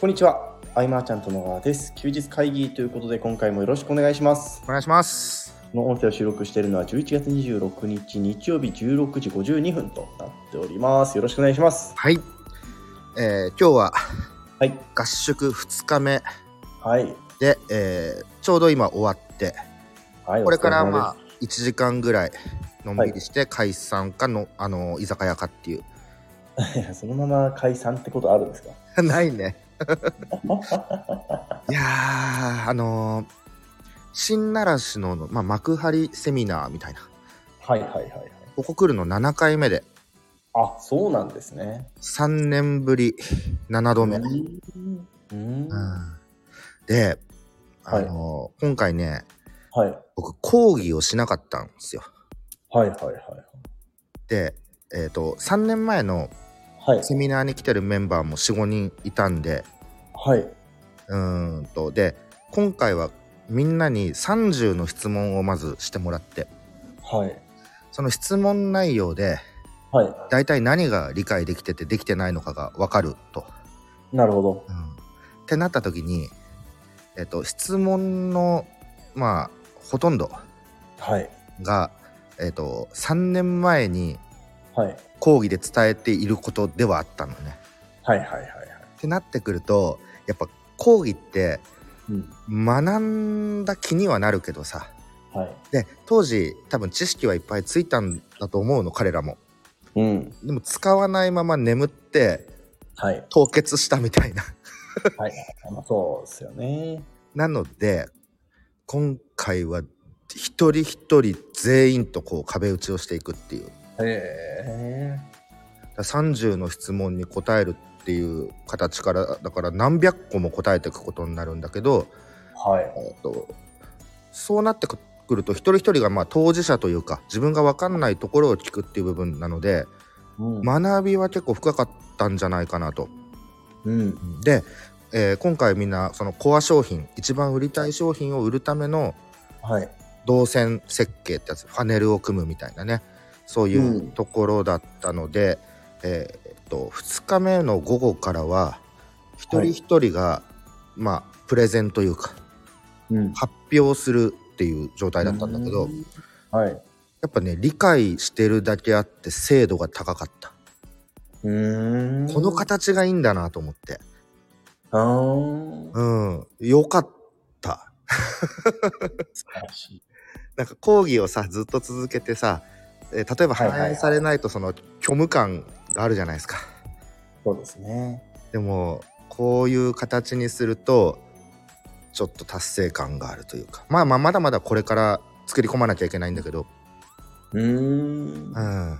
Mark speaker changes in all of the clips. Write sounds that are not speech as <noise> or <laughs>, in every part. Speaker 1: こんにちは。アイマーちゃんと野川です。休日会議ということで、今回もよろしくお願いします。
Speaker 2: お願いします。
Speaker 1: この音声を収録しているのは11月26日日曜日16時52分となっております。よろしくお願いします。
Speaker 2: はい。えー今日は
Speaker 1: はい。
Speaker 2: 合宿2日目
Speaker 1: はい。
Speaker 2: で、えーちょうど今終わって、
Speaker 1: はい。
Speaker 2: これから
Speaker 1: お疲様
Speaker 2: まあ1時間ぐらいのんびりして解散かの、あの居酒屋かっていう。 <laughs>
Speaker 1: です <laughs> そのまま解散ってことあるんですか
Speaker 2: ない
Speaker 1: <laughs>
Speaker 2: ね。いやー、あのー新習志のの、まあ、幕張セミナーみたいな。
Speaker 1: はいはいはいはい。
Speaker 2: ここ来るの7回目で、
Speaker 1: あ、そうなんですね。
Speaker 2: 3年ぶり7度目。
Speaker 1: うん。うん
Speaker 2: うんで、あのー今回ね、
Speaker 1: はい。
Speaker 2: 僕講義をしなかったんですよ
Speaker 1: はいはいはい
Speaker 2: で、えー、と3年前の
Speaker 1: はい。はい。
Speaker 2: セミナーに来てるメンバーも45人いたんで
Speaker 1: はい。
Speaker 2: うーんとで今回はみんなに30の質問をまずしてもらって
Speaker 1: はい。
Speaker 2: その質問内容で
Speaker 1: は
Speaker 2: 大体何が理解できててできてないのかが分かると。
Speaker 1: い。なるほど。
Speaker 2: うん、ってなった時に、えー、と質問のまあほとんど
Speaker 1: はい。
Speaker 2: が、えー、と3年前に
Speaker 1: はい。
Speaker 2: 講義で伝えていることではあったのね。
Speaker 1: はいはいはいはい。
Speaker 2: ってなってくるとやっぱ講義って
Speaker 1: うん。
Speaker 2: 学んだ気にはなるけどさ
Speaker 1: はい。
Speaker 2: で当時多分知識はいっぱいついたんだと思うの彼らも
Speaker 1: うん。
Speaker 2: でも使わないまま眠って
Speaker 1: はい。
Speaker 2: 凍結したみたいな <laughs>
Speaker 1: はい。まあ、そうですよね。
Speaker 2: なので今回は一人一人全員とこう壁打ちをしていくっていう
Speaker 1: へえ。
Speaker 2: だから30の質問に答えるっていう形からだから何百個も答えていくことになるんだけど
Speaker 1: はい。
Speaker 2: えっとそうなってくると一人一人がまあ当事者というか自分が分かんないところを聞くっていう部分なので
Speaker 1: うん
Speaker 2: 学びは結構深かったんじゃないかなと。
Speaker 1: うん。
Speaker 2: で、えー今回みんなそのコア商品一番売りたい商品を売るための
Speaker 1: はい。
Speaker 2: 動線設計ってやつファネルを組むみたいなねそういううんところだったので、えーえっと2日目の午後からは一人一人が、まあプレゼンというか
Speaker 1: うん。
Speaker 2: 発表するっていう状態だったんだけど、や。
Speaker 1: はい。
Speaker 2: っぱね理解してるだけあって精度が高かった、
Speaker 1: うん
Speaker 2: この。形がいいんだなと思って
Speaker 1: ああ。
Speaker 2: うんよかった
Speaker 1: 素晴らしい。
Speaker 2: なんか講義をさずっと続けてさえー例えば
Speaker 1: はいはいはい
Speaker 2: 反映されないとその虚無感があるじゃないですか
Speaker 1: そうですね。
Speaker 2: でもこういう形にするとちょっと達成感があるというかまあまあまだまだこれから作り込まなきゃいけないんだけど
Speaker 1: うん
Speaker 2: うん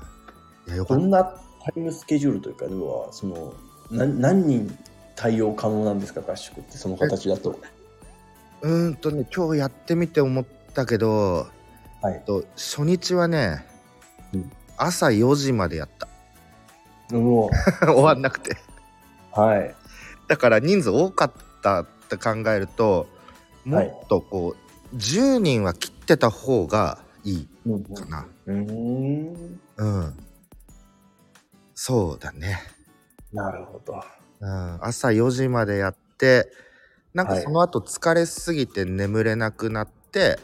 Speaker 2: いやよか
Speaker 1: ど
Speaker 2: った
Speaker 1: んなタイムスケジュールというか、要は、その、な何人対応可能なんですか、合宿って、その形だと。
Speaker 2: うーんとね今日やってみて思ったけど、
Speaker 1: はい
Speaker 2: えっと初日はね、
Speaker 1: うん
Speaker 2: 朝4時までやった <laughs>
Speaker 1: うお。
Speaker 2: 終わんなくて
Speaker 1: はい。
Speaker 2: だから人数多かったって考えるとも
Speaker 1: はい
Speaker 2: っとこう、10人は切ってた方がいい
Speaker 1: うん
Speaker 2: <laughs> かな
Speaker 1: うん。
Speaker 2: うんそうだね、
Speaker 1: なるほど。
Speaker 2: うん、朝4時までやってなんか
Speaker 1: はい
Speaker 2: その後疲れすぎて眠れなくなって、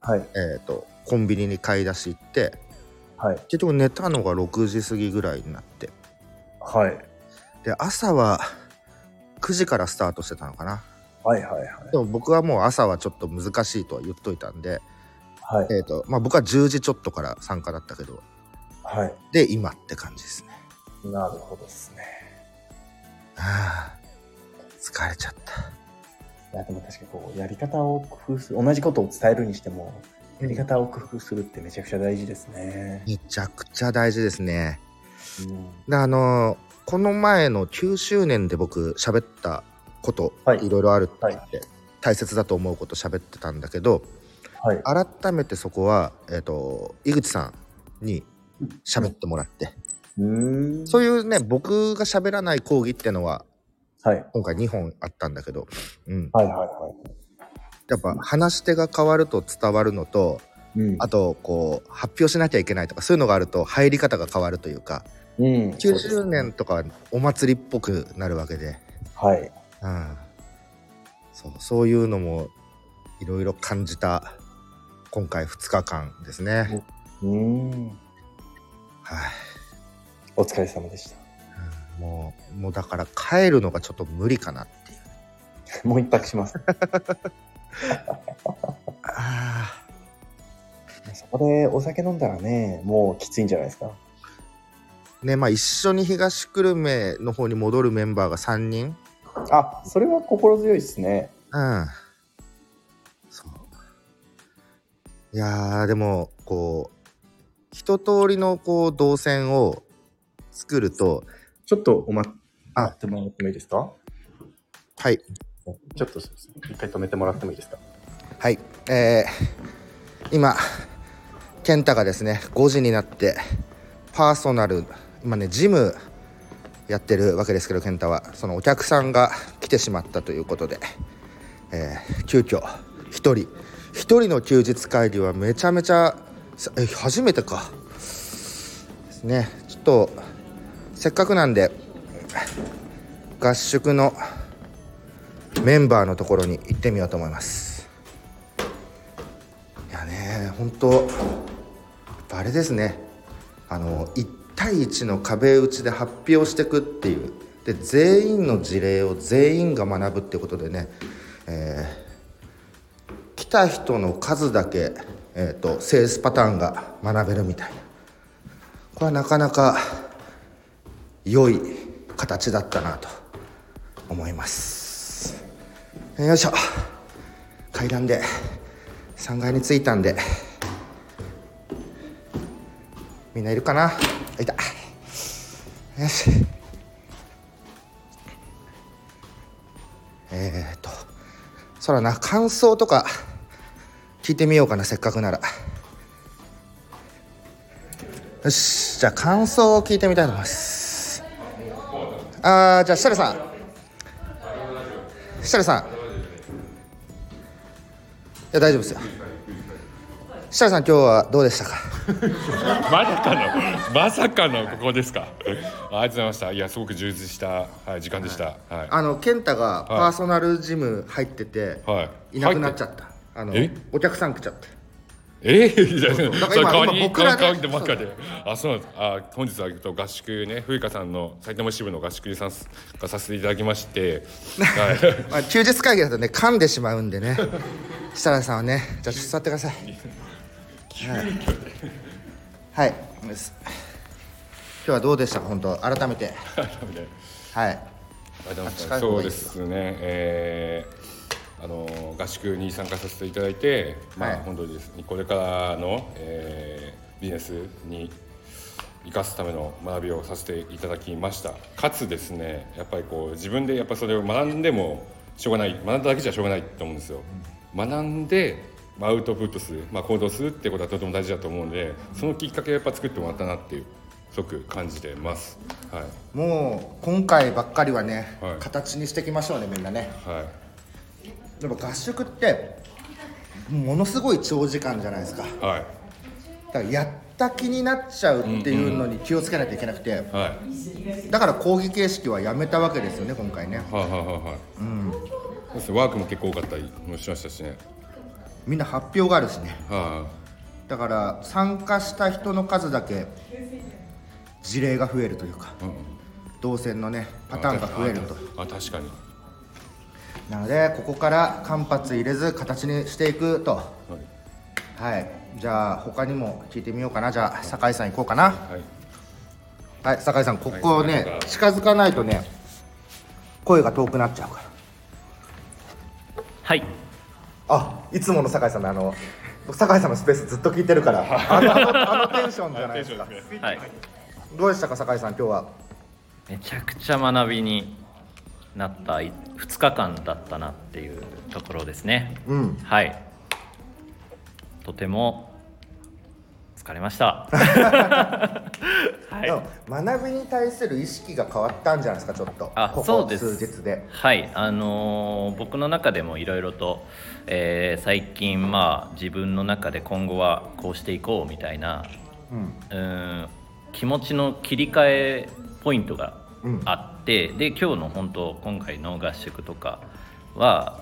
Speaker 1: はい。
Speaker 2: えっ、とコンビニに買い出し行って
Speaker 1: はい。
Speaker 2: 結局寝たのが6時過ぎぐらいになって
Speaker 1: はい。
Speaker 2: で朝は9時からスタートしてたのかな
Speaker 1: はいはいはい。
Speaker 2: でも僕はもう朝はちょっと難しいとは言っといたんで、
Speaker 1: はい。
Speaker 2: えーとまあ、僕は10時ちょっとから参加だったけど
Speaker 1: はい。
Speaker 2: で今って感じですね <sighs>
Speaker 1: なるほどですね。
Speaker 2: はあ疲れちゃった
Speaker 1: いやでも確かにこうやり方を工夫する同じことを伝えるにしてもやり方を工夫するってめちゃくちゃ大事ですね。
Speaker 2: めちゃくちゃ大事ですね
Speaker 1: うん
Speaker 2: であのーこの前の9周年で僕喋ったこと、
Speaker 1: はい
Speaker 2: いろいろあるって言
Speaker 1: は
Speaker 2: って、大切だと思うこと喋ってたんだけど
Speaker 1: はい。
Speaker 2: 改めてそこは、えー、と井口さんに喋ってもらって、
Speaker 1: うん
Speaker 2: そういうね僕が喋らない講義ってのは
Speaker 1: はい。
Speaker 2: 今回2本あったんだけど、うん、
Speaker 1: はいはいは
Speaker 2: やっぱ話し手が変わると伝わるのと
Speaker 1: い。うん
Speaker 2: あとこう発表しなきゃいけないとかそういうのがあると入り方が変わるというか
Speaker 1: うんそうです
Speaker 2: 90年とかはお祭りっぽくなるわけで、
Speaker 1: はい。
Speaker 2: うんうん、そうそういうのもいろいろ感じた今回2日間ですね。
Speaker 1: うん。
Speaker 2: はい、
Speaker 1: お疲れ様でした。
Speaker 2: うんもうもうだから帰るのがちょっと無理かなってい
Speaker 1: <laughs>
Speaker 2: う。
Speaker 1: もう一泊します。
Speaker 2: あ
Speaker 1: そこでお酒飲んだらね、もうきついんじゃないですか。
Speaker 2: ーねまあ一緒に東久留米の方に戻るメンバーが3人。
Speaker 1: あ、それは心強いですね。
Speaker 2: うん。そう。いやー、でも、こう、一通りの、こう、動線を作ると、
Speaker 1: ちょっとおま、
Speaker 2: あ
Speaker 1: 待ってもらってもいいですか
Speaker 2: はい、
Speaker 1: ちょっとすいません一回止めてもらってもいいですか
Speaker 2: はい、えー、今、健太がですね、5時になって、パーソナル、今ね、ジムやってるわけですけど、健太は、そのお客さんが来てしまったということで、えー、急遽、一人、一人の休日会議はめちゃめちゃ、さえ初めてか。ですね、ちょっと、せっかくなんで、合宿のメンバーのところに行ってみようと思います。いやね本当やっぱあれですねあの1対1の壁打ちで発表していくっていうで全員の事例を全員が学ぶっていうことでね、えー来た人の数だけ、えー、とセールスパターンが学べるみたいなこれはなかなか良い形だったなと思います。よいしょ階段で3階に着いたんでみんないるかなあいたよしえー、っとそらな感想とか聞いてみようかなせっかくならよしじゃあ感想を聞いてみたいと思いますあーじゃあ設楽さん設楽さんいや大丈夫ですよ設楽さん今日はどうでしたか
Speaker 3: まさかのまさかのここですか。あありがとうございました。いやすごく充実したはい時間でした。はい。
Speaker 2: あの健太がパーソナルジム入ってて、
Speaker 3: はい
Speaker 2: い、なくなっちゃったあの
Speaker 3: え
Speaker 2: お客さん来ちゃって
Speaker 3: えー、じゃあ、そう
Speaker 2: だから今
Speaker 3: 顔に
Speaker 2: 今僕らね
Speaker 3: 顔にばっかで。あ、そうなんです。あ、本日はえっと合宿ね、風花さんの埼玉支部の合宿にさすがさせていただきまして、
Speaker 2: <laughs>
Speaker 3: はい。
Speaker 2: まあ、休日会議だとね噛んでしまうんでね設楽さんはねじゃあちょっと座ってくださいはい、はい、今日はどうでしたか本当改めてはい
Speaker 3: ありがとうござい
Speaker 2: あ近い
Speaker 3: ます。
Speaker 2: 方
Speaker 3: そ
Speaker 2: が
Speaker 3: う
Speaker 2: いい
Speaker 3: で
Speaker 2: です
Speaker 3: すね。えー、あの合宿に参加させていただいて、まあ、
Speaker 2: はい
Speaker 3: 本当にですねこれからの、えー、ビジネスに生かすための学びをさせていただきました。かつですね、やっぱりこう自分でやっぱそれを学んでもしょうがない、学んだだけじゃしょうがないと思うんですよ。学んでまあアウトプットする、まあ、行動するってことはとても大事だと思うのでそのきっかけをやっぱ作ってもらったなっていうすごく感じてます。はい
Speaker 2: もう今回ばっかりはね、
Speaker 3: はい
Speaker 2: 形にしていきましょうねみんなね
Speaker 3: はい
Speaker 2: でも合宿ってものすごい長時間じゃないですか
Speaker 3: はい
Speaker 2: だからやった気になっちゃうっていうのに気をつけなきゃいけなくて、
Speaker 3: はい
Speaker 2: だから講義形式はやめたわけですよね今回ね
Speaker 3: はいはいはいはい。そうですねワークも結構多かったりもしましたしね。
Speaker 2: みんな発表があるしね
Speaker 3: は
Speaker 2: だから参加した人の数だけ事例が増えるというか
Speaker 3: い、うん。
Speaker 2: 動線のねパターンが増えると
Speaker 3: あ。あ確かに。
Speaker 2: なのでここから間髪入れず形にしていくと
Speaker 3: はい。
Speaker 2: はいじゃあ他にも聞いてみようかなじゃあ酒井さん行こうかな
Speaker 3: はい。
Speaker 2: はい酒井さんここね
Speaker 3: はい
Speaker 2: 近づかないとね声が遠くなっちゃうから
Speaker 4: はい。
Speaker 2: あいつもの酒井さんのあの酒井さんのスペースずっと聞いてるからあのあのあのテンションじゃないですか
Speaker 4: はい。
Speaker 2: どうでしたか酒井さん今日は
Speaker 4: めちゃくちゃ学びになった2日間だったなっていうところですね。
Speaker 2: うん
Speaker 4: はい。とても疲れました。 <laughs>
Speaker 2: でも学びに対する意識が変わったんじゃないですかちょっと
Speaker 4: あ
Speaker 2: ここ
Speaker 4: そうです
Speaker 2: 数日で
Speaker 4: はい、あのー僕の中でもいろいろと、えー最近、まあ、自分の中で今後はこうしていこうみたいな
Speaker 2: うん
Speaker 4: うーん気持ちの切り替えポイントがあってで今日の本当今回の合宿とかは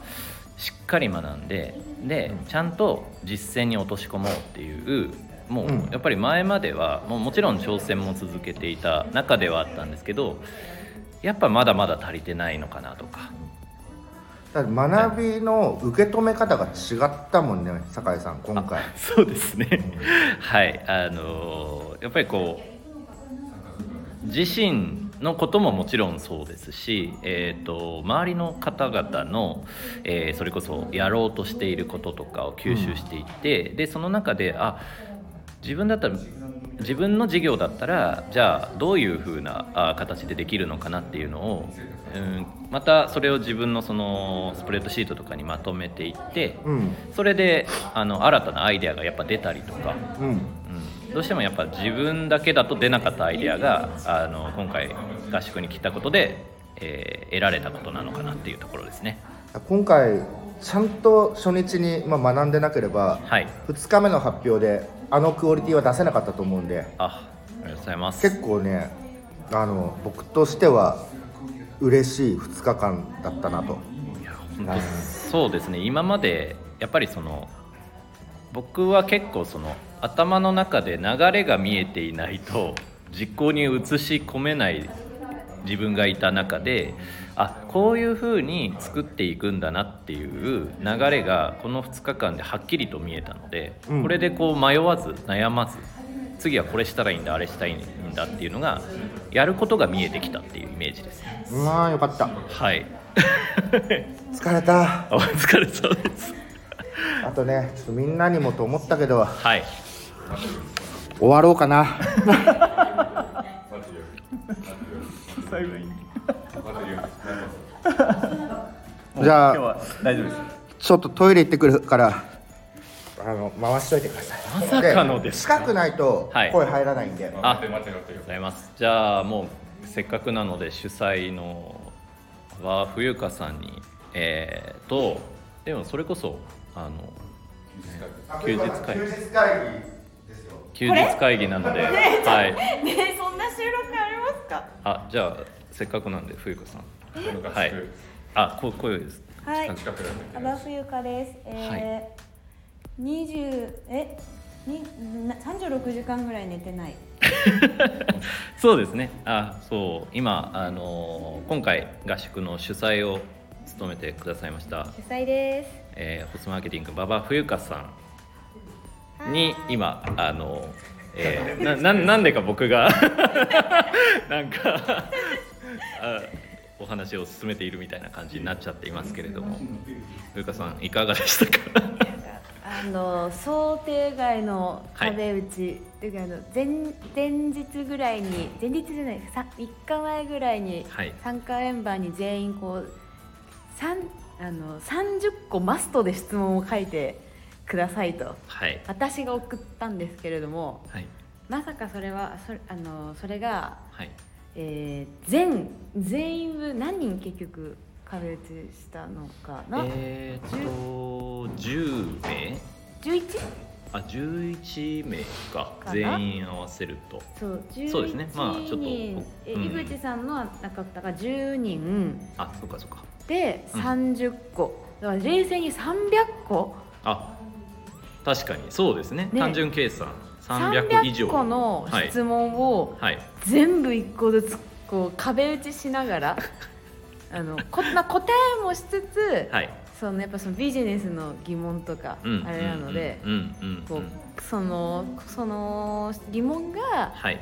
Speaker 4: しっかり学んででちゃんと実践に落とし込もうっていうもう
Speaker 2: うん
Speaker 4: やっぱり前まではもうもちろん挑戦も続けていた中ではあったんですけどやっぱまだまだ足りてないのかなとか
Speaker 2: だから学びの受け止め方が違ったもんね酒井さん今回
Speaker 4: <laughs> そうですねはいあのーやっぱりこう自身のことももちろんそうですし、えー、と周りの方々の、えーそれこそやろうとしていることとかを吸収していって、でその中であ自分だったら自分の事業だったらじゃあどういうふうなあ形でできるのかなっていうのを、うん、またそれを自分のそのスプレッドシートとかにまとめていって、
Speaker 2: うん
Speaker 4: それであの新たなアイデアがやっぱ出たりとか、
Speaker 2: うん
Speaker 4: うん、どうしてもやっぱ自分だけだと出なかったアイデアがあの今回合宿に来たことで、えー得られたことなのかなっていうところですね
Speaker 2: 今回ちゃんと初日に、まあ、学んでなければ
Speaker 4: はい
Speaker 2: 2日目の発表であのクオリティは出せなかったと思うんで
Speaker 4: あありがとうございます
Speaker 2: 結構ねあの僕としては嬉しい2日間だったなと
Speaker 4: いや本当そうですね今までやっぱりその僕は結構その頭の中で流れが見えていないと実行に移し込めない自分がいた中であこういうふうに作っていくんだなっていう流れがこの2日間ではっきりと見えたので、
Speaker 2: うん
Speaker 4: これでこう迷わず悩まず次はこれしたらいいんだあれしたいんだっていうのがやることが見えてきたっていうイメージですね。
Speaker 2: うわーよかった
Speaker 4: <laughs> はい
Speaker 2: 疲れた
Speaker 4: お疲れ様です
Speaker 2: あとねちょっとみんなにもと思ったけど
Speaker 4: はい
Speaker 2: 終わろうかな <laughs> じゃあ
Speaker 1: 大丈夫です。
Speaker 2: ちょっとトイレ行ってくるからあの回しといてください
Speaker 4: まさかのです
Speaker 2: 近くないと
Speaker 4: はい
Speaker 2: 声入らないんで、
Speaker 4: あ
Speaker 3: 待って待って待って
Speaker 4: ございますじゃあもうせっかくなので主催の和冬香さんにえー、とでもそれこそあの休日会
Speaker 2: 休日会議ですよ
Speaker 4: 休日会議なので、はい、
Speaker 5: ねえそんな収録ありますか
Speaker 4: あじゃあせっかくなんで冬香さん
Speaker 3: この合宿
Speaker 4: はいあこ声です
Speaker 5: はい
Speaker 4: 近く
Speaker 3: 近くなんで
Speaker 5: アバフユカです
Speaker 4: はい
Speaker 5: えー、20えにな36時間ぐらい寝てない
Speaker 4: そうですねあそう今あの今回合宿の主催を務めてくださいました
Speaker 5: 主催です
Speaker 4: えーホスマーケティング馬場冬香さんに今あの、え
Speaker 6: <laughs>
Speaker 4: ー、なななんでか僕が <laughs> なんかあお話を進めているみたいな感じになっちゃっていますけれども冬香さんいかがでしたか
Speaker 6: あの想定外の壁打ち、というかあの前前日ぐらいに前日じゃないさ3日前ぐらいに
Speaker 4: はい
Speaker 6: 参加メンバーに全員こう三あの30個マストで質問を書いてくださいと
Speaker 4: はい
Speaker 6: 私が送ったんですけれども
Speaker 4: はい
Speaker 6: まさかそれはそれあのそれが、
Speaker 4: はい
Speaker 6: えー全全員分何人結局壁打ちしたのかな、
Speaker 4: えー、っと10名
Speaker 6: 11?
Speaker 4: あ11名か
Speaker 6: かな
Speaker 4: 全員合わせると
Speaker 6: そう
Speaker 4: そうですねまあちょっと
Speaker 6: 11人え
Speaker 4: うん
Speaker 6: 井口さんの中田が10人
Speaker 4: あそうかそうか
Speaker 6: で
Speaker 4: うん
Speaker 6: 30個、だから冷静に300個
Speaker 4: あ確かにそうですね
Speaker 6: ね
Speaker 4: 単純計算300
Speaker 6: 300
Speaker 4: 以上
Speaker 6: 個の質問を
Speaker 4: はい、
Speaker 6: 全部1個ずつこう壁打ちしながら <laughs> あのこんな答えもしつつ、
Speaker 4: はい、
Speaker 6: そのやっぱそのビジネスの疑問とか
Speaker 4: うん
Speaker 6: あれなので、
Speaker 4: うんうんうんう
Speaker 6: こ
Speaker 4: ん
Speaker 6: うそのその疑問が
Speaker 4: はい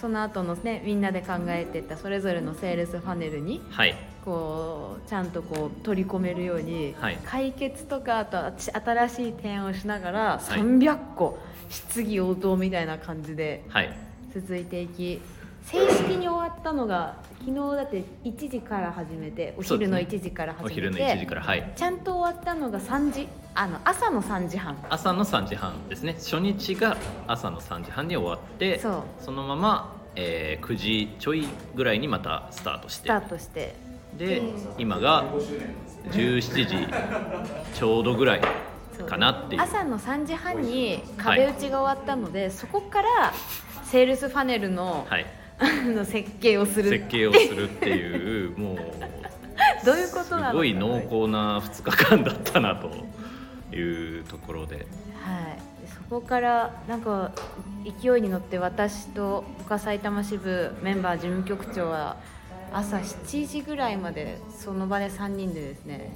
Speaker 6: その後のねみんなで考えてったそれぞれのセールスファネルに
Speaker 4: はい
Speaker 6: こうちゃんとこう取り込めるように、
Speaker 4: はい
Speaker 6: 解決とかあとあち新しい提案をしながら
Speaker 4: はい
Speaker 6: 300個質疑応答みたいな感じで
Speaker 4: はい
Speaker 6: 続いていき正式に終わったのが昨日だって1時から始めてお
Speaker 4: そうで
Speaker 6: 昼
Speaker 4: す
Speaker 6: の
Speaker 4: ね
Speaker 6: 1時から始
Speaker 4: お
Speaker 6: めて、
Speaker 4: 昼の1時からはい
Speaker 6: ちゃんと終わったのが3時あの朝の3時半
Speaker 4: 朝の3時半ですね初日が朝の3時半に終わって
Speaker 6: そう
Speaker 4: そのまま、えー、9時ちょいぐらいにまたスタートし
Speaker 6: ス
Speaker 4: て
Speaker 6: タートして
Speaker 4: で今が17時ちょうどぐらい
Speaker 6: そう
Speaker 4: かなっていう
Speaker 6: 朝の3時半に壁打ちが終わったので、そこからセールスファネルの、
Speaker 4: はい
Speaker 6: あの設計をする
Speaker 4: 設計をするっていうもう
Speaker 6: どういうことなの
Speaker 4: すごい濃厚な2日間だったなというところで
Speaker 6: はい、でそこからなんか勢いに乗って私と岡埼玉支部メンバー事務局長は朝7時ぐらいまでその場で3人でですね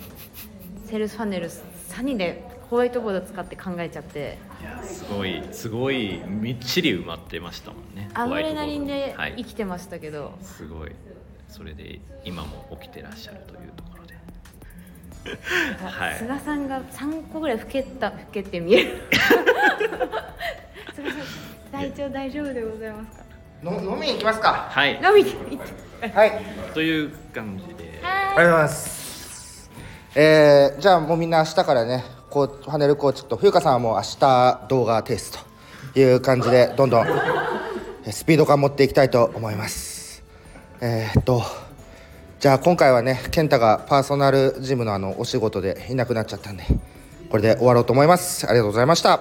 Speaker 6: セールスファネル3人でホワイトボード使って考えちゃって
Speaker 4: いやすごいすごいみっちり埋まってましたもんね
Speaker 6: アドレナリンで
Speaker 4: ホワイトボード
Speaker 6: 生きてましたけど、
Speaker 4: はい、すごいそれで今も起きてらっしゃるというところではい
Speaker 6: 菅さんが3個ぐらい老けた老けて見え
Speaker 4: <laughs>
Speaker 6: る <laughs> 菅さん体調大丈夫でございますか
Speaker 2: の飲みに行きますか
Speaker 4: はい
Speaker 6: 飲みに行って
Speaker 2: はいあり
Speaker 4: という感じで
Speaker 2: がとうございますえー、じゃあもうみんな明日からねこうパネルコーチと冬香さんはもう明日動画提出という感じでどんどんえスピード感持っていきたいと思いますえー、っとじゃあ今回はね健太がパーソナルジムのあのお仕事でいなくなっちゃったんでこれで終わろうと思いますありがとうございました